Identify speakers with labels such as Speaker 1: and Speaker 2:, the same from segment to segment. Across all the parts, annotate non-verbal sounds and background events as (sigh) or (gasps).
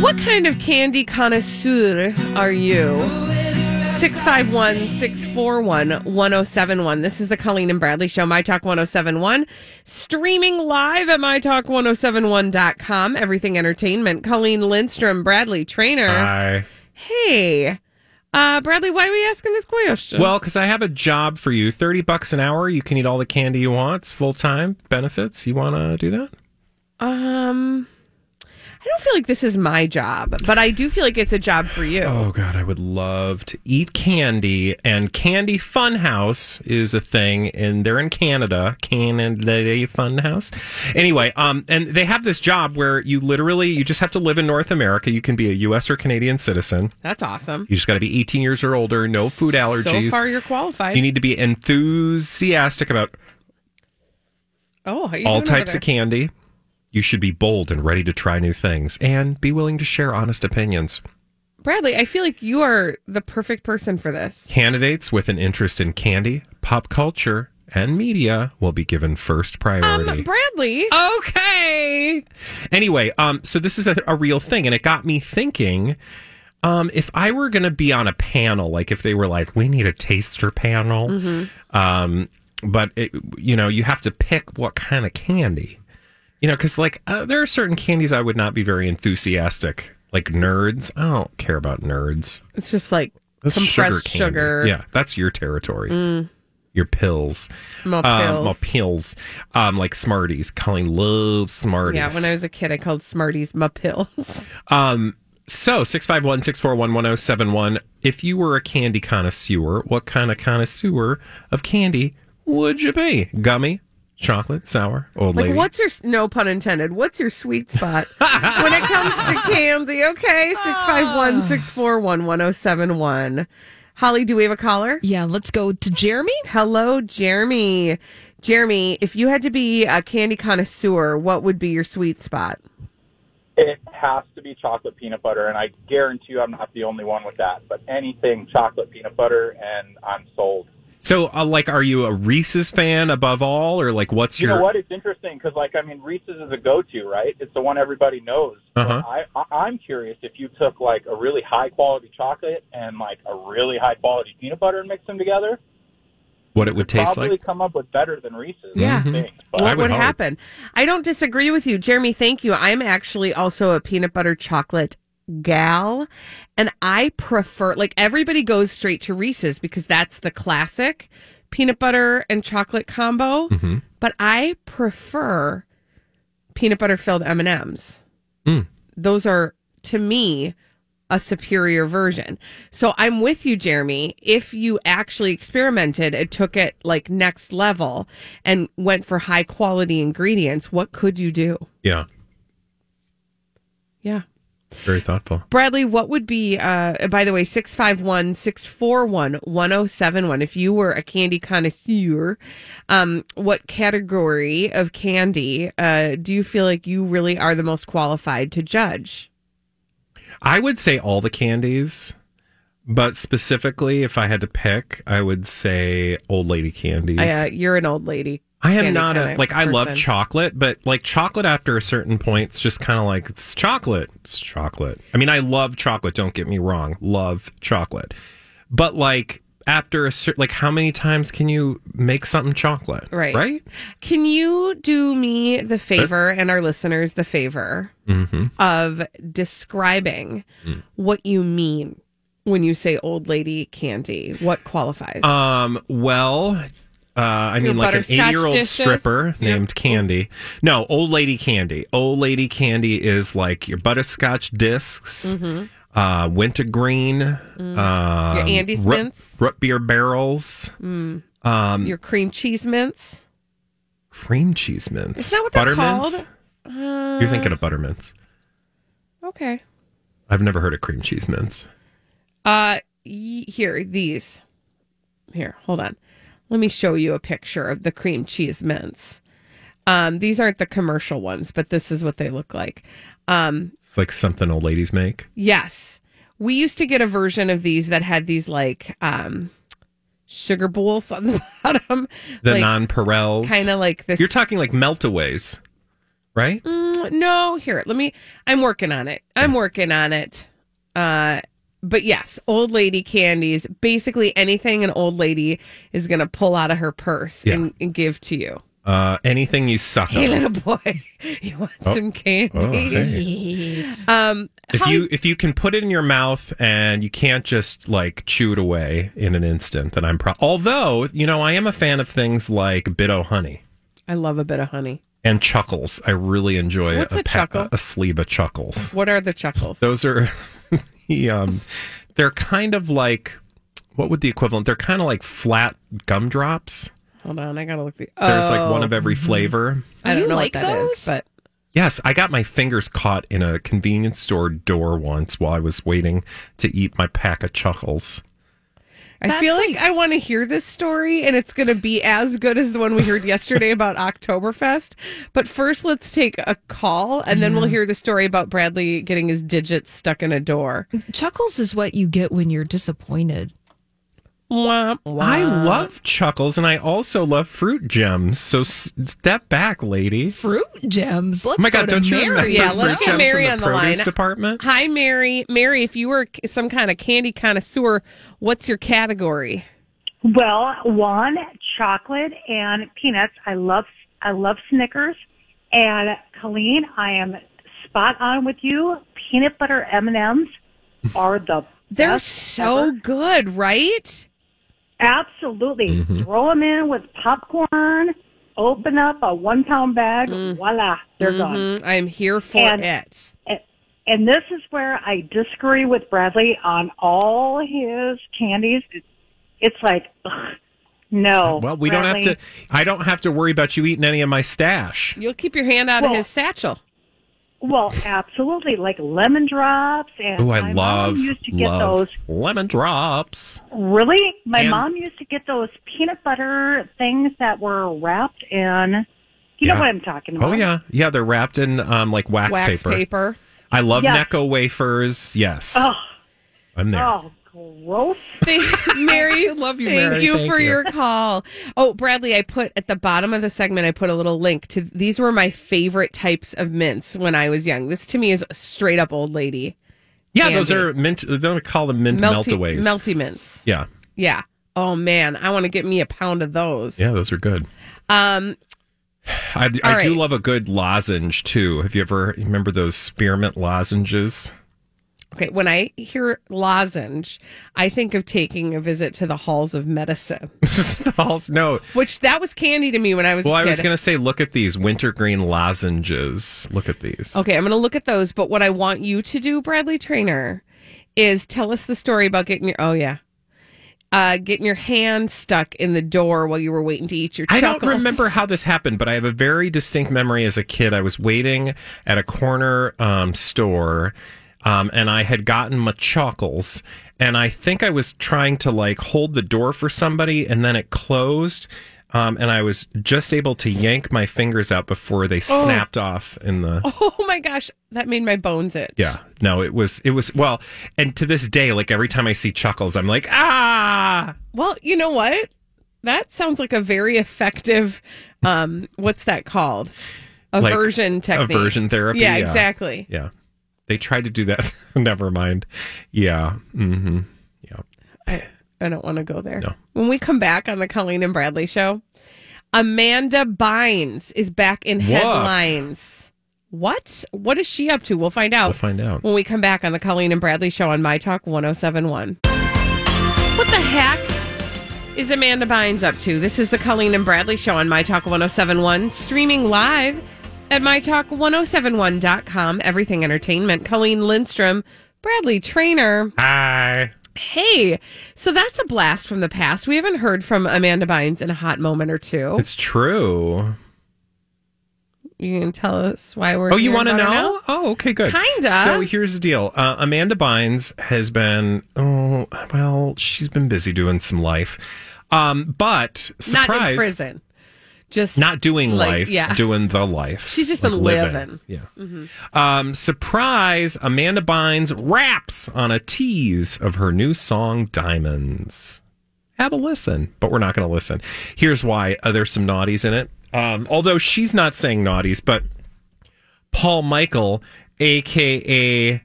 Speaker 1: What kind of candy connoisseur are you? 651 641 1071. This is the Colleen and Bradley Show, My Talk 1071. Streaming live at MyTalk1071.com. Everything Entertainment. Colleen Lindstrom, Bradley Trainer.
Speaker 2: Hi.
Speaker 1: Hey, uh, Bradley, why are we asking this question?
Speaker 2: Well, because I have a job for you. Thirty bucks an hour. You can eat all the candy you want. It's full time benefits. You want to do that?
Speaker 1: um, I don't feel like this is my job, but I do feel like it's a job for you.
Speaker 2: Oh God, I would love to eat candy. And Candy Funhouse is a thing, and they're in Canada. Canada Funhouse. Anyway, um, and they have this job where you literally you just have to live in North America. You can be a U.S. or Canadian citizen.
Speaker 1: That's awesome.
Speaker 2: You just got to be 18 years or older. No food allergies.
Speaker 1: So far, you're qualified.
Speaker 2: you need to be enthusiastic about
Speaker 1: oh, how you
Speaker 2: all
Speaker 1: doing over
Speaker 2: types
Speaker 1: there?
Speaker 2: of candy. You should be bold and ready to try new things and be willing to share honest opinions.
Speaker 1: Bradley, I feel like you are the perfect person for this.
Speaker 2: Candidates with an interest in candy, pop culture, and media will be given first priority.
Speaker 1: Um, Bradley,
Speaker 2: okay. Anyway, um, so this is a, a real thing, and it got me thinking. Um, if I were going to be on a panel, like if they were like, we need a taster panel,
Speaker 1: Mm-hmm.
Speaker 2: um, but it, you know, you have to pick what kind of candy, you know, because like uh, there are certain candies I would not be very enthusiastic, like nerds. I don't care about nerds.
Speaker 1: it's just like
Speaker 2: That's
Speaker 1: compressed
Speaker 2: sugar, candy.
Speaker 1: sugar. Mm.
Speaker 2: Yeah, that's your territory. Your pills.
Speaker 1: My
Speaker 2: Um, my
Speaker 1: pills.
Speaker 2: pills. Um, like Smarties. Colleen loves Smarties.
Speaker 1: Yeah, when I was a kid, I called Smarties my pills. (laughs)
Speaker 2: Um, so 651 641 1071. If you were a candy connoisseur, what kind of connoisseur of candy would you be? Gummy, chocolate, sour, old
Speaker 1: Like,
Speaker 2: lady.
Speaker 1: what's your s- no pun intended? What's your sweet
Speaker 2: (laughs)
Speaker 1: spot when it comes to candy? Okay, six five one six four one one zero seven one. Holly, do we have a caller?
Speaker 3: Yeah, let's go to Jeremy.
Speaker 1: Hello, Jeremy. Jeremy, if you had to be a candy connoisseur, what would be your sweet spot?
Speaker 4: It has to be chocolate peanut butter, and I guarantee you I'm not the only one with that. But anything chocolate peanut butter, and I'm sold.
Speaker 2: so, uh, like, are you a Reese's fan above all? Or, like, what's
Speaker 4: You
Speaker 2: your.
Speaker 4: know what? It's interesting because, like, I mean, Reese's is a go-to, right? It's the one everybody knows. But
Speaker 2: Uh-huh.
Speaker 4: I, I, I'm curious if you took like a really high-quality chocolate and like a really high-quality peanut butter and mixed them together,
Speaker 2: what it would taste
Speaker 4: probably
Speaker 2: like?
Speaker 4: come up with better than Reese's.
Speaker 1: Yeah.
Speaker 4: I think. But
Speaker 1: What
Speaker 2: would
Speaker 1: would
Speaker 2: hope.
Speaker 1: happen? I don't disagree with you, Jeremy. Thank you. I'm actually also a peanut butter chocolate gal, and I prefer like everybody goes straight to Reese's because that's the classic peanut butter and chocolate combo.
Speaker 2: Mm-hmm.
Speaker 1: But I prefer peanut butter filled M and M's. Those are to me a superior version. So I'm with you, Jeremy. If you actually experimented and took it like next level and went for high quality ingredients, what could you do?
Speaker 2: Yeah.
Speaker 1: Yeah.
Speaker 2: Very thoughtful.
Speaker 1: Bradley, what would be, uh, by the way, 651 641 1071? If you were a candy connoisseur, um, what category of candy uh, do you feel like you really are the most qualified to judge?
Speaker 2: I would say all the candies, but specifically, if I had to pick, I would say old lady candies.
Speaker 1: Uh, you're an old lady.
Speaker 2: I am
Speaker 1: candy
Speaker 2: not a
Speaker 1: kinda
Speaker 2: like I love
Speaker 1: person.
Speaker 2: chocolate, but like chocolate after a certain point, it's just kind of like it's chocolate. It's chocolate. I mean, I love chocolate. Don't get me wrong, love chocolate, but like after a certain, like, how many times can you make something chocolate?
Speaker 1: Right.
Speaker 2: Right?
Speaker 1: Can you do me the favor and our listeners the favor of describing what you mean when you say old lady candy? What qualifies?
Speaker 2: Um, well, uh, I mean, like an
Speaker 1: butterscotch
Speaker 2: eighty-year-old
Speaker 1: dishes?
Speaker 2: stripper named Candy. No, old lady Candy. Old lady Candy is like your butterscotch discs, uh, wintergreen, um,
Speaker 1: Mm-hmm. Mm. Your Andy
Speaker 2: root-
Speaker 1: Spence?
Speaker 2: root beer barrels,
Speaker 1: Your cream cheese mints?
Speaker 2: cream cheese mints.
Speaker 1: Is that what they're
Speaker 2: Buttermints?
Speaker 1: called?
Speaker 2: You're thinking of buttermints.
Speaker 1: Uh, okay.
Speaker 2: I've never heard of cream cheese mints.
Speaker 1: Uh, y- here these. Here, hold on. Let me show you a picture of the cream cheese mints. Um, these aren't the commercial ones, but this is what they look like. Um,
Speaker 2: It's like something old ladies make.
Speaker 1: Yes. We used to get a version of these that had these like um sugar bowls on the (laughs) bottom.
Speaker 2: The
Speaker 1: like,
Speaker 2: nonpareils.
Speaker 1: kind of like this.
Speaker 2: You're talking like meltaways, right?
Speaker 1: Mm, no, here. Let me I'm working on it. I'm working on it. Uh but yes, old lady candies, basically anything an old lady is going to pull out of her purse and, and give to you.
Speaker 2: Uh, anything you suck
Speaker 1: Hey,
Speaker 2: on.
Speaker 1: little boy, (laughs) you want some candy?
Speaker 2: Oh, hey.
Speaker 1: (laughs) Um,
Speaker 2: If
Speaker 1: how-
Speaker 2: you if you can put it in your mouth and you can't just like chew it away in an instant, then I'm pro. Although you know I am a fan of things like Bitto Honey
Speaker 1: I love a bit of honey.
Speaker 2: and Chuckles. I really enjoy
Speaker 1: What's a
Speaker 2: pa-
Speaker 1: chuckle?
Speaker 2: a sleeve of Chuckles.
Speaker 1: What are the chuckles?
Speaker 2: Those are (laughs) the um, they're kind of like what would the equivalent? They're kind of like flat gumdrops.
Speaker 1: Hold on, I gotta look. The-
Speaker 2: There's like one
Speaker 1: Oh.
Speaker 2: of every flavor.
Speaker 1: I don't
Speaker 3: You
Speaker 1: know
Speaker 3: like
Speaker 1: what that is,
Speaker 3: those?
Speaker 1: but
Speaker 2: Yes, I got my fingers caught in a convenience store door once while I was waiting to eat my pack of Chuckles.
Speaker 1: I
Speaker 3: That's
Speaker 1: feel like,
Speaker 3: like-
Speaker 1: I want to hear this story, and it's going to be as good as the one we heard yesterday about Oktoberfest. But first, let's take a call, and then we'll hear the story about Bradley getting his digits stuck in a door.
Speaker 3: Chuckles is what you get when you're disappointed.
Speaker 2: I love chuckles and I also love fruit gems. So s- step back, lady.
Speaker 3: Fruit gems. Let's
Speaker 2: Oh my
Speaker 3: go
Speaker 2: God,
Speaker 3: to
Speaker 2: don't you remember?
Speaker 3: Mary.
Speaker 1: Yeah,
Speaker 2: fruit
Speaker 1: let's
Speaker 2: gems
Speaker 1: get
Speaker 2: from
Speaker 1: Mary
Speaker 2: the
Speaker 1: on the
Speaker 2: produce
Speaker 1: line.
Speaker 2: department?
Speaker 1: Hi, Mary. Mary, if you were some kind of candy connoisseur, what's your category?
Speaker 5: Well, one chocolate and peanuts. I love I love Snickers, and Colleen, I am spot on with you. Peanut butter M and M's are the
Speaker 1: They're
Speaker 5: best
Speaker 1: so
Speaker 5: ever.
Speaker 1: good, right?
Speaker 5: absolutely
Speaker 2: Mm-hmm.
Speaker 5: throw them in with popcorn. Open up a one pound bag, voila, they're gone.
Speaker 1: Mm, I'm here for
Speaker 5: And-
Speaker 1: it.
Speaker 5: A- And this is where I disagree with Bradley on all his candies. It's- It's like, ugh, no.
Speaker 2: Well, we don't have
Speaker 5: Bradley.
Speaker 2: to I don't have to worry about you eating any of my stash.
Speaker 1: You'll keep your hand out of
Speaker 5: Well-
Speaker 1: his satchel.
Speaker 5: Well, absolutely, like lemon drops. And
Speaker 2: Oh, I
Speaker 5: my
Speaker 2: love
Speaker 5: mom used to get
Speaker 2: love
Speaker 5: those.
Speaker 2: lemon drops.
Speaker 5: Really, my
Speaker 2: And-
Speaker 5: mom used to get those peanut butter things that were wrapped in. You
Speaker 2: Yeah.
Speaker 5: know what I'm talking about?
Speaker 2: Oh yeah. Yeah, they're wrapped in um like wax,
Speaker 1: Wax
Speaker 2: paper.
Speaker 1: paper.
Speaker 2: I love
Speaker 5: Yeah.
Speaker 2: Necco wafers. Yes.
Speaker 5: Oh,
Speaker 2: I'm there.
Speaker 5: oh, gross.
Speaker 1: Thank,
Speaker 2: (laughs)
Speaker 1: Mary, love
Speaker 2: you,
Speaker 1: Thank
Speaker 2: Mary.
Speaker 1: you
Speaker 2: Thank
Speaker 1: for
Speaker 2: you.
Speaker 1: your call. Oh, Bradley, I put at the bottom of the segment. I put a little link to these were my favorite types of mints when I was young. This to me is straight up old lady
Speaker 2: yeah, those
Speaker 1: candy.
Speaker 2: are mint they don't call them mint
Speaker 1: melty
Speaker 2: meltaways.
Speaker 1: melty mints. Yeah.
Speaker 2: yeah.
Speaker 1: Oh man, I want to get me a pound of those.
Speaker 2: Yeah, those are good.
Speaker 1: Um, All
Speaker 2: I, I do
Speaker 1: right.
Speaker 2: love a good lozenge too. Have you ever remember those spearmint lozenges? (laughs)
Speaker 1: okay, when I hear lozenge, I think of taking a visit to the halls of medicine,
Speaker 2: Also- no.
Speaker 1: which that was candy to me when I was
Speaker 2: Well,
Speaker 1: a
Speaker 2: I
Speaker 1: kid.
Speaker 2: was gonna say, look at these wintergreen lozenges. Look at these.
Speaker 1: Okay, I'm going to look at those. But what I want you to do, Bradley Trainer, is tell us the story about getting your. Oh yeah, uh, getting your hand stuck in the door while you were waiting to eat your.
Speaker 2: I
Speaker 1: Chuckles.
Speaker 2: don't remember how this happened, but I have a very distinct memory as a kid. I was waiting at a corner um, store. Um, and I had gotten my chuckles, and I think I was trying to like hold the door for somebody, and then it closed, um, and I was just able to yank my fingers out before they snapped off in the.
Speaker 1: (laughs) Oh my gosh, that made my bones itch.
Speaker 2: Yeah, no, it was it was well, and to this day, like every time I see chuckles, I'm like ah.
Speaker 1: Well, you know what? That sounds like a very effective. Um, what's that called?
Speaker 2: Like,
Speaker 1: Aversion technique.
Speaker 2: aversion therapy,
Speaker 1: Yeah,
Speaker 2: yeah.
Speaker 1: exactly.
Speaker 2: Yeah. (laughs) Mm-hmm. They tried to do that. Never mind. Yeah. hmm Yeah.
Speaker 1: I don't want to go there.
Speaker 2: No.
Speaker 1: When we come back on the Colleen and Bradley show, Amanda Bynes is back in
Speaker 2: Woof.
Speaker 1: headlines. What? What is she up to? We'll find out.
Speaker 2: We'll find out.
Speaker 1: when we come back on the Colleen and Bradley show on My Talk 1071. What the heck is Amanda Bynes up to? This is the Colleen and Bradley show on My Talk 1071, streaming live at MyTalk1071.com. Everything Entertainment. Colleen Lindstrom, Bradley Trainer.
Speaker 2: Hi.
Speaker 1: Hey, so that's a blast from the past. We haven't heard from Amanda Bynes in a hot moment or two.
Speaker 2: It's true.
Speaker 1: You can tell us why we're.
Speaker 2: Oh, you
Speaker 1: want to
Speaker 2: know? Oh, okay, good.
Speaker 1: Kinda.
Speaker 2: So here's the deal. Uh, Amanda Bynes has been, oh, well, she's been busy doing some life. Um, but surprise,
Speaker 1: Not in prison. Just
Speaker 2: not doing
Speaker 1: Like,
Speaker 2: life,
Speaker 1: yeah.
Speaker 2: doing the life.
Speaker 1: She's just been living. Mm-hmm.
Speaker 2: Yeah. Um, surprise, Amanda Bynes raps on a tease of her new song, Diamonds. Have a listen, but we're not going to listen. Here's why uh, there's some naughties in it. Um, although she's not saying naughties, but Paul Michael, aka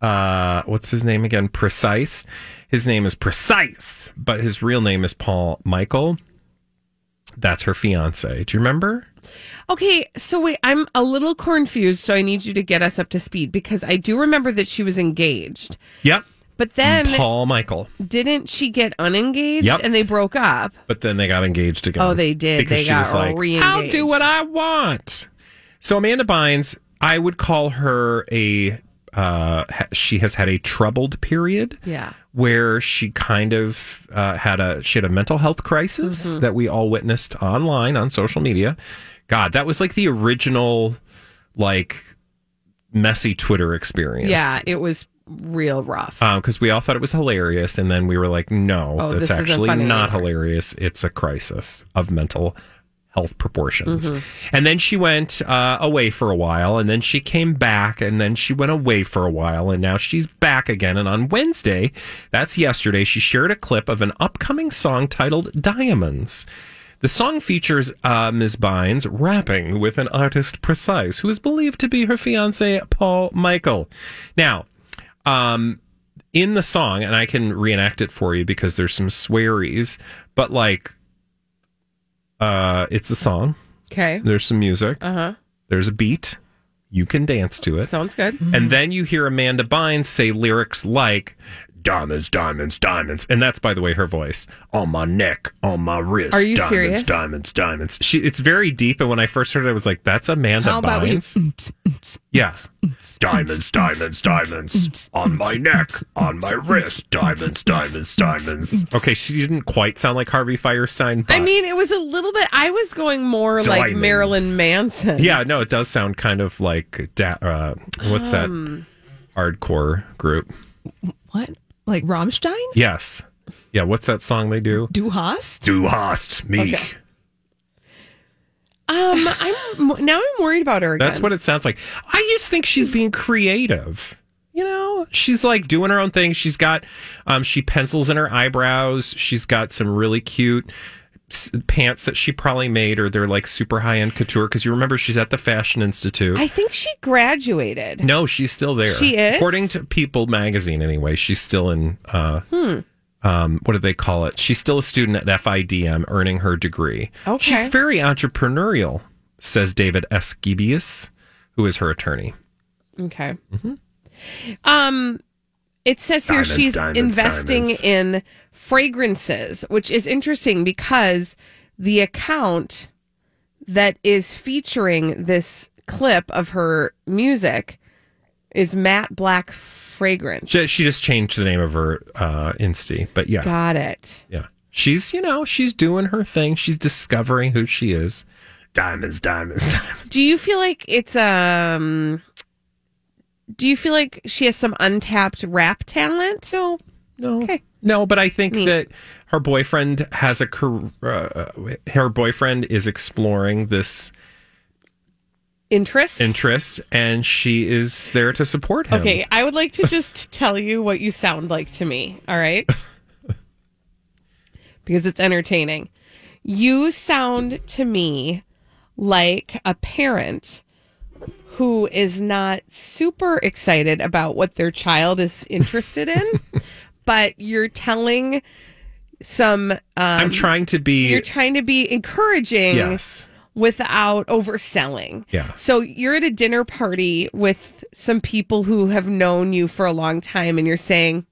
Speaker 2: uh what's his name again? Precise. His name is Precise, but his real name is Paul Michael. That's her fiance. Do you remember?
Speaker 1: Okay, so wait, I'm a little confused, so I need you to get us up to speed because I do remember that she was engaged.
Speaker 2: Yep.
Speaker 1: But then
Speaker 2: Mm, Paul Michael.
Speaker 1: didn't she get unengaged
Speaker 2: Yep.
Speaker 1: and they broke up?
Speaker 2: But then they got engaged again.
Speaker 1: Oh, they did.
Speaker 2: Because
Speaker 1: They
Speaker 2: she
Speaker 1: got
Speaker 2: was like, I'll do
Speaker 1: re-engaged.
Speaker 2: what I want. So Amanda Bynes, I would call her a. Uh, ha- she has had a troubled period.
Speaker 1: Yeah.
Speaker 2: where she kind of uh, had a she had a mental health crisis
Speaker 1: Mm-hmm.
Speaker 2: that we all witnessed online on social media. God, that was like the original like messy Twitter experience.
Speaker 1: Yeah, it was real rough.
Speaker 2: because Um, we all thought it was hilarious, and then we were like, no,
Speaker 1: Oh,
Speaker 2: that's
Speaker 1: this isn't
Speaker 2: actually
Speaker 1: funny
Speaker 2: not
Speaker 1: anymore.
Speaker 2: hilarious. It's a crisis of mental health proportions.
Speaker 1: Mm-hmm.
Speaker 2: And then she went uh, away for a while, and then she came back, and then she went away for a while, and now she's back again. And on Wednesday, that's yesterday, she shared a clip of an upcoming song titled Diamonds. The song features uh, Ms. Bynes rapping with an artist precise who is believed to be her fiance, Paul Michael. Now, um, in the song, and I can reenact it for you because there's some swearies, but like, uh, it's a song.
Speaker 1: okay.
Speaker 2: There's some music.
Speaker 1: Uh huh.
Speaker 2: There's a beat. You can dance to it.
Speaker 1: Sounds good.
Speaker 2: And then you hear Amanda Bynes say lyrics like, Diamonds, diamonds, diamonds. And that's, by the way, her voice. On my neck, on my wrist.
Speaker 1: Are you
Speaker 2: diamonds,
Speaker 1: serious?
Speaker 2: Diamonds, diamonds. She, it's very deep. And when I first heard it, I was like, that's Amanda
Speaker 3: How about we?
Speaker 2: Bynes. (laughs) Yeah. Diamonds, diamonds, diamonds. On my neck, on my wrist. Diamonds, diamonds, diamonds. Okay, she didn't quite sound like Harvey Firestein, but.
Speaker 1: I mean, it was a little bit. I was going more like
Speaker 2: Diamonds.
Speaker 1: Marilyn Manson.
Speaker 2: Yeah, no, it does sound kind of like. Da- uh, what's that hardcore group?
Speaker 3: What? Like Rammstein?
Speaker 2: Yes. Yeah, what's that song they do?
Speaker 3: Du Hast?
Speaker 2: Du hast mich. (laughs)
Speaker 1: Um, I'm now I'm worried about her. Again.
Speaker 2: That's what it sounds like. I just think she's being creative. You know, she's like doing her own thing. She's got, um, she pencils in her eyebrows. She's got some really cute s- pants that she probably made, or they're like super high end couture. Because you remember she's at the Fashion Institute.
Speaker 1: I think she graduated.
Speaker 2: no, she's still there.
Speaker 1: She is?
Speaker 2: according to People magazine. Anyway, she's still in. Uh, Um, what do they call it? She's still a student at FIDM, earning her degree.
Speaker 1: Okay.
Speaker 2: She's very entrepreneurial, says David Esquibius, who is her attorney.
Speaker 1: Okay. Um, it says here
Speaker 2: Mm-hmm. Diamonds,
Speaker 1: she's
Speaker 2: diamonds,
Speaker 1: investing
Speaker 2: diamonds.
Speaker 1: in fragrances, which is interesting because the account that is featuring this clip of her music is Matt Black Fragrance.
Speaker 2: She, she just changed the name of her uh, Insti, but yeah,
Speaker 1: Got it.
Speaker 2: yeah. She's you know she's doing her thing. She's discovering who she is. Diamonds, diamonds, (laughs) diamonds.
Speaker 1: Do you feel like it's um? Do you feel like she has some untapped rap talent? No.
Speaker 2: No,
Speaker 1: Okay.
Speaker 2: no, but I think
Speaker 1: Neat.
Speaker 2: that her boyfriend has a car- uh, her boyfriend is exploring this
Speaker 1: Interest.
Speaker 2: interest, and she is there to support him.
Speaker 1: Okay, I would like to just (laughs) tell you what you sound like to me, all right? Because it's entertaining. You sound to me like a parent who is not super excited about what their child is interested in, but you're telling some. Um,
Speaker 2: I'm trying to be.
Speaker 1: you're trying to be encouraging
Speaker 2: yes.
Speaker 1: without overselling.
Speaker 2: Yeah.
Speaker 1: So you're at a dinner party with some people who have known you for a long time, and you're saying,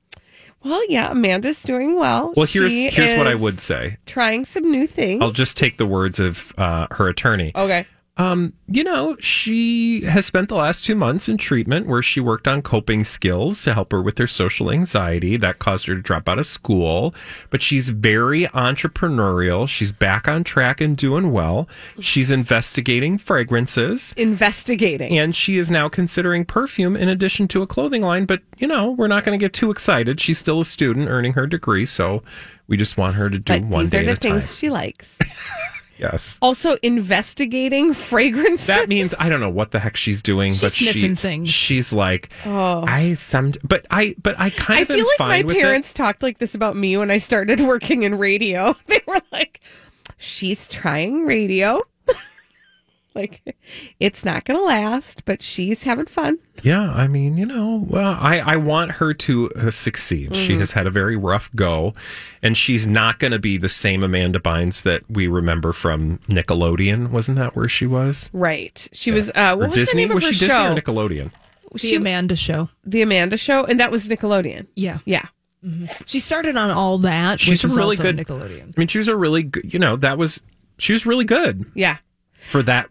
Speaker 1: "Well, yeah, Amanda's doing well.
Speaker 2: Well, here's
Speaker 1: She
Speaker 2: here's what I
Speaker 1: is
Speaker 2: would say.
Speaker 1: trying some new things."
Speaker 2: I'll just take the words of uh, her attorney.
Speaker 1: okay.
Speaker 2: Um, you know, she has spent the last two months in treatment where she worked on coping skills to help her with her social anxiety that caused her to drop out of school. But she's very entrepreneurial. She's back on track and doing well. She's investigating fragrances.
Speaker 1: Investigating.
Speaker 2: And she is now considering perfume in addition to a clothing line. But, you know, we're not going to get too excited. She's still a student earning her degree. So we just want her to do
Speaker 1: But
Speaker 2: one
Speaker 1: these
Speaker 2: day
Speaker 1: are the
Speaker 2: at a
Speaker 1: things
Speaker 2: time.
Speaker 1: she likes.
Speaker 2: Yes.
Speaker 1: Also, investigating (laughs) fragrances.
Speaker 2: That means I don't know what the heck she's doing,
Speaker 3: She's
Speaker 2: but she,
Speaker 3: sniffing things.
Speaker 2: She's like, I some, but I, but I
Speaker 1: Oh. I
Speaker 2: kind of am
Speaker 1: feel like
Speaker 2: fine
Speaker 1: my
Speaker 2: with it.
Speaker 1: parents talked like this about me when I started (laughs) working in radio. (laughs) They were like, "She's trying radio. (laughs) like, it's not going to last, but she's having fun."
Speaker 2: Yeah, I mean, you know, well, I, I want her to uh, succeed.
Speaker 1: Mm.
Speaker 2: She has had a very rough go, and she's not going to be the same Amanda Bynes that we remember from Nickelodeon. Wasn't that where she was?
Speaker 1: Right. She was. Uh,
Speaker 2: Or
Speaker 1: what was
Speaker 2: Disney?
Speaker 1: the name
Speaker 2: was
Speaker 1: of her
Speaker 2: she
Speaker 1: show?
Speaker 2: Disney or Nickelodeon?
Speaker 3: The
Speaker 1: She-
Speaker 3: Amanda Show.
Speaker 1: the Amanda Show, and that was Nickelodeon.
Speaker 3: Yeah.
Speaker 1: Yeah.
Speaker 3: She started on all that.
Speaker 2: She's
Speaker 3: which
Speaker 2: a
Speaker 3: was
Speaker 2: really
Speaker 3: also
Speaker 2: good
Speaker 3: Nickelodeon.
Speaker 2: I mean, she was a really good. You know, that was she was really good
Speaker 1: Yeah.
Speaker 2: for that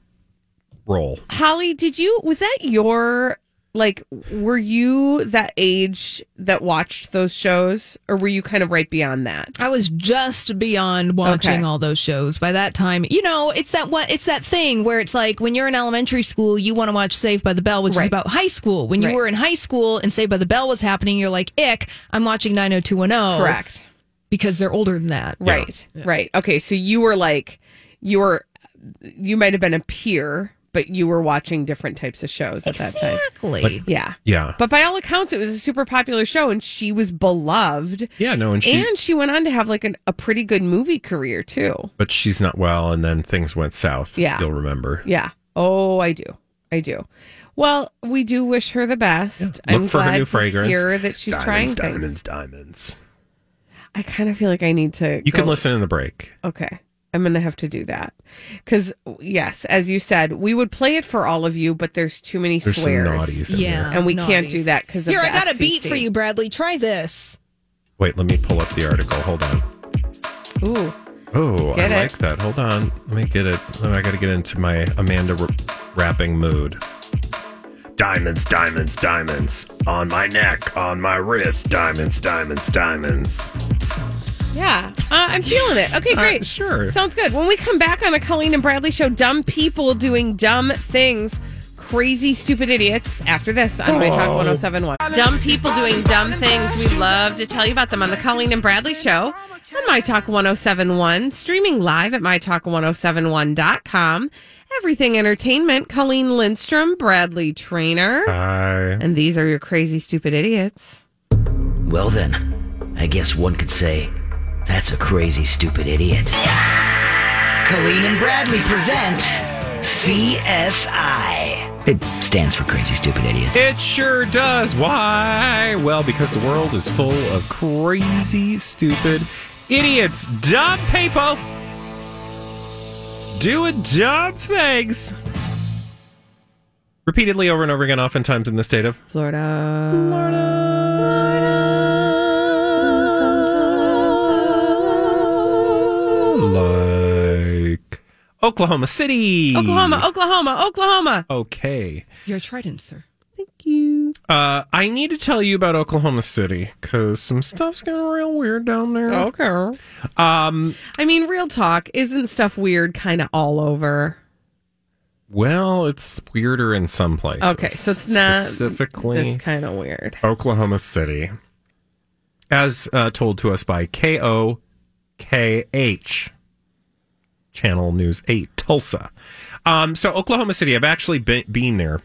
Speaker 2: role.
Speaker 1: Holly, did you was that your like were you that age that watched those shows or were you kind of right beyond that?
Speaker 3: I was just beyond watching
Speaker 1: Okay.
Speaker 3: all those shows by that time. You know, it's that what it's that thing where it's like when you're in elementary school, you want to watch Saved by the Bell, which
Speaker 1: Right.
Speaker 3: is about high school. When you
Speaker 1: Right.
Speaker 3: were in high school and Saved by the Bell was happening, you're like, "Ick, I'm watching
Speaker 2: Oh,
Speaker 3: 90210."
Speaker 1: Correct.
Speaker 3: because they're older than that.
Speaker 1: Right. Right. Okay, so you were like you were you might have been a peer, but you were watching different types of shows at that time.
Speaker 3: Exactly.
Speaker 1: Yeah.
Speaker 2: Yeah,
Speaker 1: But by all accounts it was a super popular show and she was beloved.
Speaker 2: yeah, no, and she,
Speaker 1: and she went on to have like an, a pretty good movie career too.
Speaker 2: but she's not well, and then things went south.
Speaker 1: Yeah.
Speaker 2: you'll remember.
Speaker 1: Yeah. Oh, I do. I do. Well, we do wish her the best. I'm
Speaker 2: Look for
Speaker 1: glad
Speaker 2: her new
Speaker 1: to
Speaker 2: fragrance.
Speaker 1: hear that she's
Speaker 2: diamonds,
Speaker 1: trying
Speaker 2: diamonds,
Speaker 1: things.
Speaker 2: diamonds, diamonds.
Speaker 1: I kind of feel like I need to.
Speaker 2: You can
Speaker 1: go-
Speaker 2: listen in the break.
Speaker 1: Okay. I'm going to have to do that. Because, yes, as you said, we would play it for all of you, but there's too many
Speaker 2: There's some
Speaker 1: swears.
Speaker 2: naughties in there.
Speaker 3: Yeah.
Speaker 1: And we can't
Speaker 3: naughties.
Speaker 1: do that because
Speaker 3: Here,
Speaker 1: of
Speaker 3: I
Speaker 1: the
Speaker 3: got a
Speaker 1: FCC.
Speaker 3: beat for you, Bradley. Try this.
Speaker 2: Wait, let me pull up the article. Hold on.
Speaker 1: Ooh.
Speaker 2: Oh,
Speaker 1: Get
Speaker 2: I
Speaker 1: it.
Speaker 2: like that. Hold on. Let me get it. Oh, I got to get into my Amanda r- rapping mood. Diamonds, diamonds, diamonds. On my neck, on my wrist. Diamonds, diamonds, diamonds.
Speaker 1: Yeah. Uh, I'm feeling it. Okay,
Speaker 2: (laughs) Uh,
Speaker 1: great.
Speaker 2: sure.
Speaker 1: Sounds good. When we come back on the Colleen and Bradley show, dumb people doing dumb things. Crazy, stupid idiots. After this on My Talk 1071. Dumb people doing dumb things. We love to tell you about them on the Colleen and Bradley show on My Talk 1071, streaming live at MyTalk1071.com. Everything Entertainment, Colleen Lindstrom, Bradley
Speaker 2: Uh-huh.
Speaker 1: Trainer.
Speaker 2: Hi.
Speaker 1: And these are your crazy, stupid idiots.
Speaker 6: Well, then, I guess one could say that's a crazy, stupid idiot. Colleen and Bradley present CSI. It stands for Crazy, Stupid Idiots.
Speaker 2: It sure does. Why? Well, because the world is full of crazy, stupid idiots, dumb people doing dumb things repeatedly over and over again, oftentimes in the state of
Speaker 1: Florida.
Speaker 2: like Oklahoma City,
Speaker 1: Oklahoma, Oklahoma, Oklahoma.
Speaker 2: Okay.
Speaker 3: Your trident, sir.
Speaker 2: Uh, I need to tell you about Oklahoma City because some stuff's getting real weird down there.
Speaker 1: Okay.
Speaker 2: Um,
Speaker 1: I mean, real talk, isn't stuff weird kind of all over?
Speaker 2: well, it's weirder in some places.
Speaker 1: Okay, so it's not
Speaker 2: specifically
Speaker 1: This kind of weird.
Speaker 2: Oklahoma City, as uh, told to us by KOKH Channel News Eight, Tulsa. Um, so Oklahoma City, I've actually been, been there.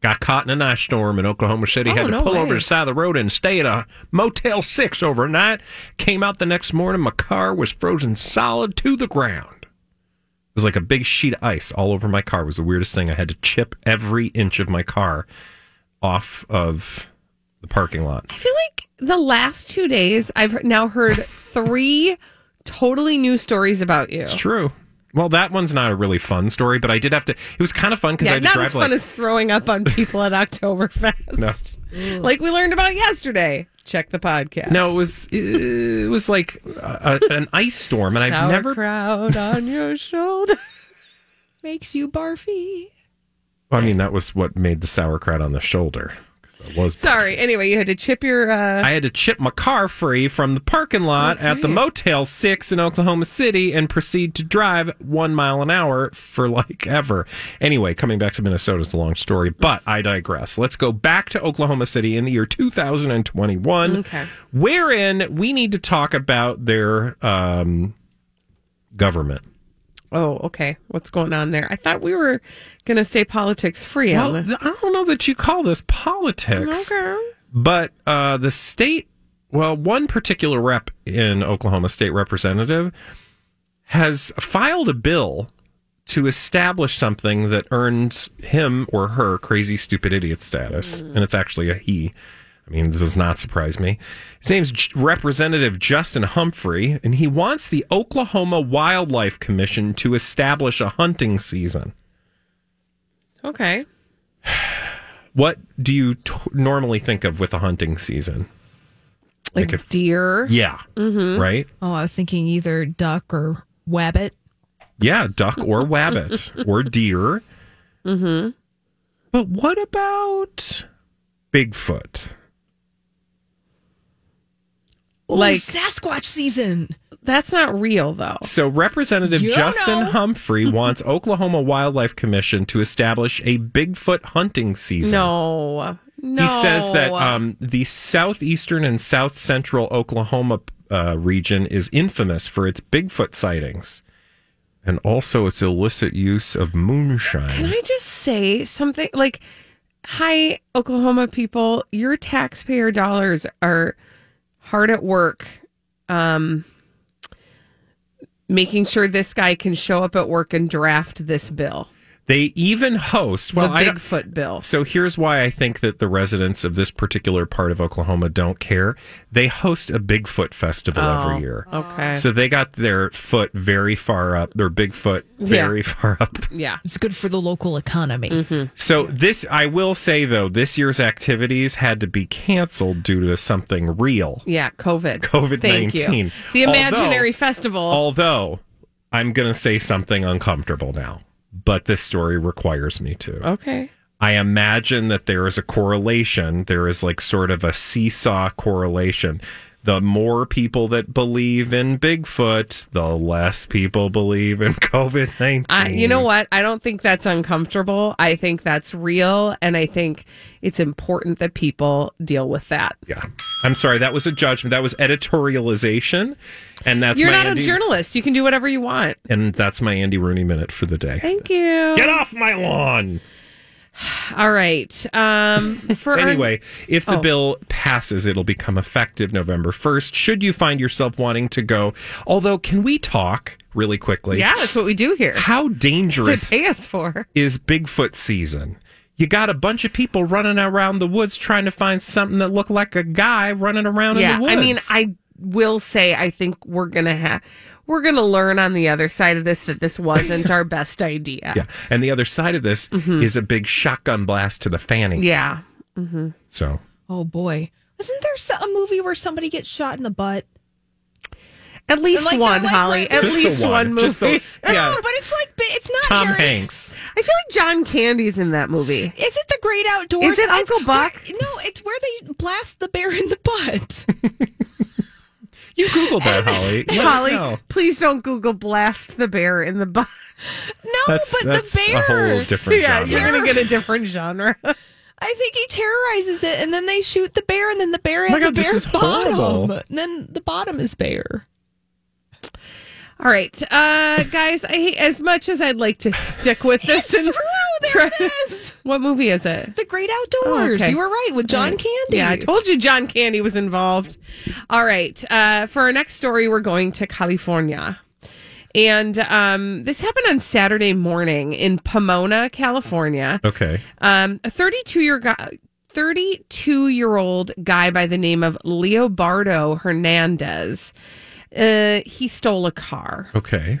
Speaker 2: Got caught in an ice storm in Oklahoma City.
Speaker 1: Oh,
Speaker 2: had to
Speaker 1: no
Speaker 2: pull
Speaker 1: way.
Speaker 2: over to the side of the road and stay at a Motel 6 overnight. Came out the next morning. My car was frozen solid to the ground. It was like a big sheet of ice all over my car. It was the weirdest thing. I had to chip every inch of my car off of the parking lot.
Speaker 1: I feel like the last two days, I've now heard three totally new stories about you.
Speaker 2: It's true. Well, that one's not a really fun story, but I did have to. It was kind of fun because I
Speaker 1: Yeah,
Speaker 2: had to
Speaker 1: not
Speaker 2: drive
Speaker 1: as fun
Speaker 2: like
Speaker 1: as throwing up on people at Oktoberfest. (laughs) Like we learned about yesterday. Check the podcast.
Speaker 2: (laughs) No, it was it was like a, a- an ice storm, and I've never. (laughs)
Speaker 1: crowd on your shoulder.
Speaker 3: Makes you barfy.
Speaker 2: I mean, that was what made the sauerkraut on the shoulder. 'cause I was.
Speaker 1: Sorry. Anyway, you had to chip your. Uh,
Speaker 2: I had to chip my car free from the parking lot at the Motel 6 in Oklahoma City and proceed to drive one mile an hour for like ever. Anyway, coming back to Minnesota is a long story, but I digress. Let's go back to Oklahoma City in the year 2021,
Speaker 1: Okay.
Speaker 2: wherein we need to talk about their um, government.
Speaker 1: oh, okay. What's going on there? I thought we were going to stay politics free.
Speaker 2: Well,
Speaker 1: on
Speaker 2: th- I don't know that you call this politics.
Speaker 1: the- okay.
Speaker 2: But uh, the state, well, one particular rep in Oklahoma, state representative, has filed a bill to establish something that earns him or her crazy, stupid idiot status. And it's actually a he. I mean, this does not surprise me. His name's J- Representative Justin Humphrey, and he wants the Oklahoma Wildlife Commission to establish a hunting season.
Speaker 1: Okay.
Speaker 2: What do you t- normally think of with a hunting season?
Speaker 1: Like,
Speaker 2: if-
Speaker 1: deer.
Speaker 2: Yeah. Right?
Speaker 3: Oh, I was thinking either duck or wabbit.
Speaker 2: Yeah, duck
Speaker 1: (laughs)
Speaker 2: or wabbit or deer. Mm-hmm.
Speaker 1: Mm-hmm.
Speaker 2: But what about Bigfoot?
Speaker 3: like
Speaker 1: Like-
Speaker 3: Sasquatch season.
Speaker 1: That's not real though.
Speaker 2: So, Representative
Speaker 3: You don't
Speaker 2: Justin
Speaker 1: (laughs)
Speaker 3: know.
Speaker 2: Humphrey wants Oklahoma Wildlife Commission to establish a Bigfoot hunting season.
Speaker 1: No. No.
Speaker 2: He says that um, the southeastern and south central Oklahoma uh, region is infamous for its Bigfoot sightings and also its illicit use of moonshine.
Speaker 1: Can I just say something? Like, hi, Oklahoma people, your taxpayer dollars are hard at work um, making sure this guy can show up at work and draft this bill,
Speaker 2: They even host well,
Speaker 1: the
Speaker 2: I don't-
Speaker 1: Bigfoot bill.
Speaker 2: So here's why I think that the residents of this particular part of Oklahoma don't care. They host a Bigfoot festival every year.
Speaker 1: Okay.
Speaker 2: So they got their foot very far up, their Bigfoot very far up.
Speaker 1: yeah.
Speaker 3: It's good for the local economy.
Speaker 1: Mm.
Speaker 2: So this, I will say though, this year's activities had to be canceled due to something real.
Speaker 1: Yeah. COVID.
Speaker 2: COVID-19.
Speaker 1: Thank you. The imaginary festival.
Speaker 2: Although I'm going to say something uncomfortable now, but this story requires me to.
Speaker 1: okay.
Speaker 2: I imagine that there is a correlation. There is like sort of a seesaw correlation. The more people that believe in Bigfoot, the less people believe in (laughs) COVID 19.
Speaker 1: I, you know what? I don't think that's uncomfortable. I think that's real. And I think it's important that people deal with that.
Speaker 2: Yeah. I'm sorry. That was a judgment. That was editorialization. And that's
Speaker 1: You're
Speaker 2: my
Speaker 1: not
Speaker 2: Andy,
Speaker 1: a journalist. You can do whatever you want.
Speaker 2: And that's my Andy Rooney minute for the day.
Speaker 1: Thank you.
Speaker 2: Get off my lawn.
Speaker 1: All right.
Speaker 2: (laughs)
Speaker 1: Um, for our-
Speaker 2: Anyway, if the
Speaker 1: Oh.
Speaker 2: bill passes, it'll become effective November 1st. Should you find yourself wanting to go, although, can we talk really quickly?
Speaker 1: yeah, that's what we do here. (laughs)
Speaker 2: How
Speaker 1: They
Speaker 2: dangerous
Speaker 1: pay us for.
Speaker 2: is Bigfoot season? You got a bunch of people running around the woods trying to find something that looked like a guy running around
Speaker 1: Yeah,
Speaker 2: in the woods.
Speaker 1: I mean, I will say, I think we're gonna have we're gonna learn on the other side of this that this wasn't our best idea.
Speaker 2: yeah. And the other side of this is a big shotgun blast to the fanny.
Speaker 1: Mm-hmm. Yeah.
Speaker 2: So
Speaker 3: Oh boy. Wasn't there so- a movie where somebody gets shot in the butt?
Speaker 1: At least
Speaker 3: Like,
Speaker 1: one,
Speaker 3: they're like-
Speaker 1: Holly. At
Speaker 2: Just the
Speaker 1: least
Speaker 2: one.
Speaker 1: one, movie.
Speaker 2: Just the- (laughs) Yeah.
Speaker 3: No, but it's like ba- it's not
Speaker 2: Tom
Speaker 3: Harry.
Speaker 2: Hanks.
Speaker 1: I feel like John Candy's in that movie.
Speaker 3: Is it the Great Outdoors?
Speaker 1: Is it
Speaker 3: It's
Speaker 1: Uncle Buck?
Speaker 3: where- no, it's where they blast the bear in the
Speaker 1: (laughs)
Speaker 3: butt.
Speaker 2: You Googled that, Holly. Let us
Speaker 1: Holly,
Speaker 2: know.
Speaker 1: please don't Google blast the bear in the (laughs) butt.
Speaker 3: No,
Speaker 1: Oh,
Speaker 2: That's,
Speaker 3: but
Speaker 2: that's
Speaker 3: the bear.
Speaker 2: a whole different
Speaker 1: (laughs) Yeah,
Speaker 2: genre.
Speaker 1: you're gonna get a different (laughs) genre.
Speaker 3: I think he terrorizes it, and then they shoot the bear, and then the
Speaker 1: Oh
Speaker 3: bear has a
Speaker 2: God, this
Speaker 3: bear's
Speaker 2: is
Speaker 3: bottom,
Speaker 2: horrible.
Speaker 3: and then the bottom is bear.
Speaker 1: All right, uh, guys. I hate, as much as I'd like to stick with this.
Speaker 3: It's
Speaker 1: and (laughs)
Speaker 3: true. There it is.
Speaker 1: What movie is it?
Speaker 3: The Great Outdoors.
Speaker 1: Oh, okay.
Speaker 3: You were right with John Candy.
Speaker 1: Yeah, I told you John Candy was involved. All right. Uh, for our next story, we're going to California. And um, this happened on Saturday morning in Pomona, California.
Speaker 2: Okay.
Speaker 1: Um, a 32 year guy. 32 year old guy by the name of Leobardo Hernandez. Uh, he stole a car.
Speaker 2: Okay.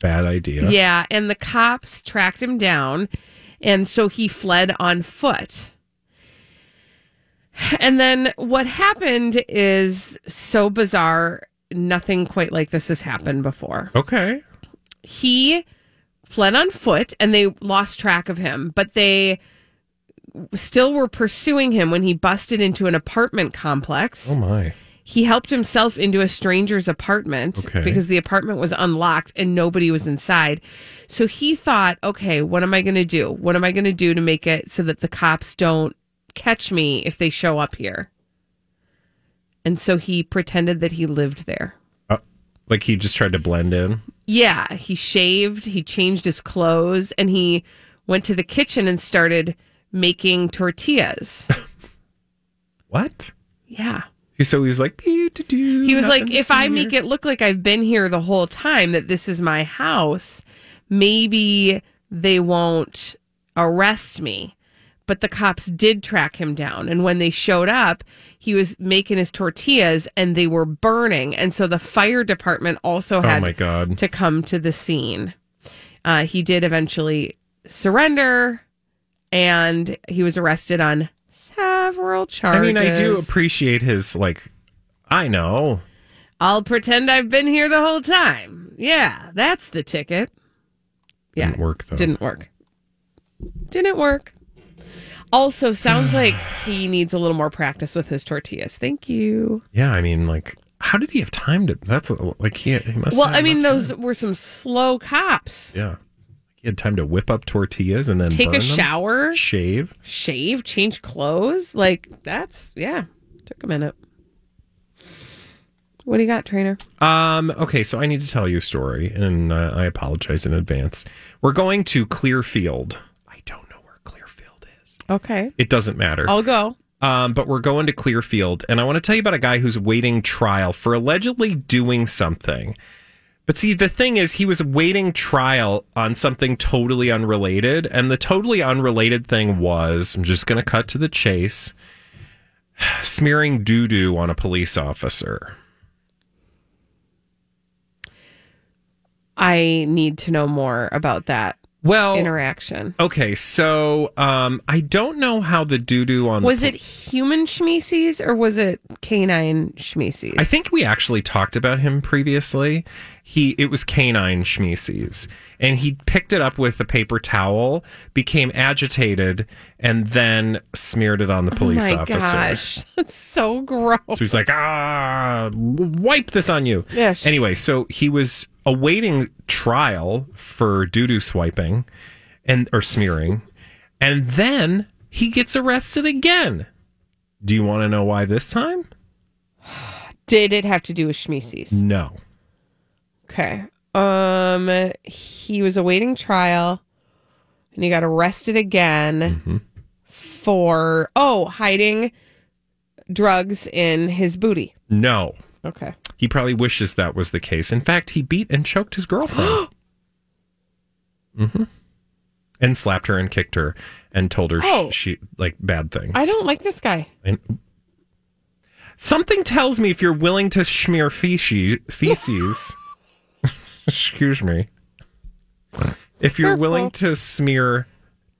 Speaker 2: Bad idea.
Speaker 1: Yeah, and the cops tracked him down, and so he fled on foot. And then what happened is so bizarre. Nothing quite like this has happened before.
Speaker 2: Okay.
Speaker 1: He fled on foot and they lost track of him, but they still were pursuing him when he busted into an apartment complex
Speaker 2: Oh my.
Speaker 1: he helped himself into a stranger's apartment
Speaker 2: Okay.
Speaker 1: because the apartment was unlocked and nobody was inside. So he thought, okay, what am I going to do? What am I going to do to make it so that the cops don't catch me if they show up here? And so he pretended that he lived there.
Speaker 2: Uh, like he just tried to blend in.
Speaker 1: Yeah, he shaved, he changed his clothes, and he went to the kitchen and started making
Speaker 2: (laughs)
Speaker 1: tortillas.
Speaker 2: What?
Speaker 1: Yeah.
Speaker 2: So he was like,
Speaker 1: He
Speaker 2: he
Speaker 1: was like, if I make it look like I've been here the whole time, that this is my house, maybe they won't arrest me. But the cops did track him down. And when they showed up, he was making his tortillas and they were burning. And so the fire department also
Speaker 2: Oh
Speaker 1: had
Speaker 2: my God.
Speaker 1: to come to the scene. Uh, he did eventually surrender and he was arrested on several
Speaker 2: I
Speaker 1: charges.
Speaker 2: mean, I do appreciate his, like, I know.
Speaker 1: I'll pretend I've been here the whole time. Yeah, that's the ticket. Yeah.
Speaker 2: Didn't work, though.
Speaker 1: Didn't work. Didn't work. Also, sounds
Speaker 2: (sighs)
Speaker 1: like he needs a little more practice with his tortillas. Thank you.
Speaker 2: Yeah, I mean, like, how did he have time to? That's a- like he, he must.
Speaker 1: Well,
Speaker 2: have
Speaker 1: I mean,
Speaker 2: enough
Speaker 1: those were some slow cops.
Speaker 2: time. Yeah, he had time to whip up tortillas and then
Speaker 1: Take a
Speaker 2: burn them,
Speaker 1: shower,
Speaker 2: shave.
Speaker 1: shave, change clothes. Like, that's, yeah, took a minute. What do you got, trainer?
Speaker 2: Um, okay, so I need to tell you a story, and uh, I apologize in advance. We're going to Clearfield. I don't know where Clearfield is.
Speaker 1: Okay.
Speaker 2: It doesn't matter.
Speaker 1: I'll go.
Speaker 2: Um, but we're going to Clearfield, and I want to tell you about a guy who's waiting trial for allegedly doing something. But see, the thing is, he was waiting trial on something totally unrelated, and the totally unrelated thing was I'm just going to cut to the chase (sighs) smearing doo doo on a police officer.
Speaker 1: I need to know more about that
Speaker 2: Well,
Speaker 1: interaction.
Speaker 2: okay, so um, I don't know how the doo doo on the
Speaker 1: Was it human schmeeces or was it canine schmeeces?
Speaker 2: I think we actually talked about him previously. He it was canine schmeeces, and he picked it up with a paper towel, became agitated, and then smeared it on the police
Speaker 1: oh my
Speaker 2: officer.
Speaker 1: gosh, (laughs) that's so gross.
Speaker 2: So he's like, ah, wipe this on you.
Speaker 1: Yes.
Speaker 2: Anyway, so he was awaiting trial for doo doo swiping and or smearing, and then he gets arrested again. Do you want to know why this time?
Speaker 1: Did it have to do with schmeeces?
Speaker 2: No.
Speaker 1: Okay. Um, he was awaiting trial, and he got arrested again
Speaker 2: Mm-hmm.
Speaker 1: for oh hiding drugs in his booty.
Speaker 2: No.
Speaker 1: Okay.
Speaker 2: He probably wishes that was the case. In fact, he beat and choked his girlfriend.
Speaker 1: (gasps)
Speaker 2: hmm And slapped her and kicked her and told her sh-
Speaker 1: Oh.
Speaker 2: she like bad things.
Speaker 1: I don't like this guy.
Speaker 2: And- something tells me if you're willing to smear feces, feces (laughs) excuse me, if you're willing to smear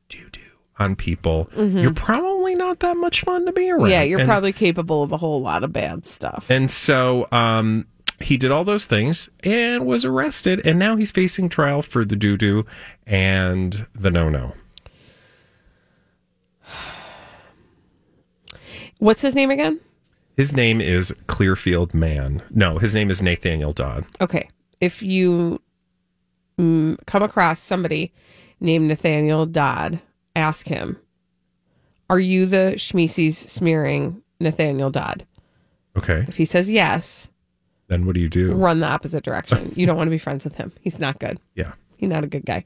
Speaker 2: doo doo on people, you're probably not that much fun to be around.
Speaker 1: Mm-hmm. Yeah, you're
Speaker 2: And-
Speaker 1: probably capable of a whole lot of bad stuff.
Speaker 2: and so um, he did all those things and was arrested, and now he's facing trial for the doo doo and the no no.
Speaker 1: What's his name again?
Speaker 2: His name is Clearfield Man. No, his name is Nathaniel Dodd.
Speaker 1: Okay. If you mm, come across somebody named Nathaniel Dodd, ask him, Are you the Schmeeces smearing Nathaniel Dodd?
Speaker 2: Okay,
Speaker 1: If he says yes,
Speaker 2: then what do you do?
Speaker 1: run the opposite direction. You don't want to be friends with him. He's not good.
Speaker 2: Yeah.
Speaker 1: He's not a good guy.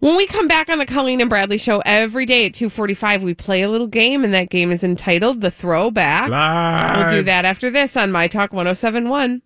Speaker 1: When we come back on the Colleen and Bradley show every day at 2:45, we play a little game and that oh game is entitled The Throwback. We'll do that after this on My Talk 1071.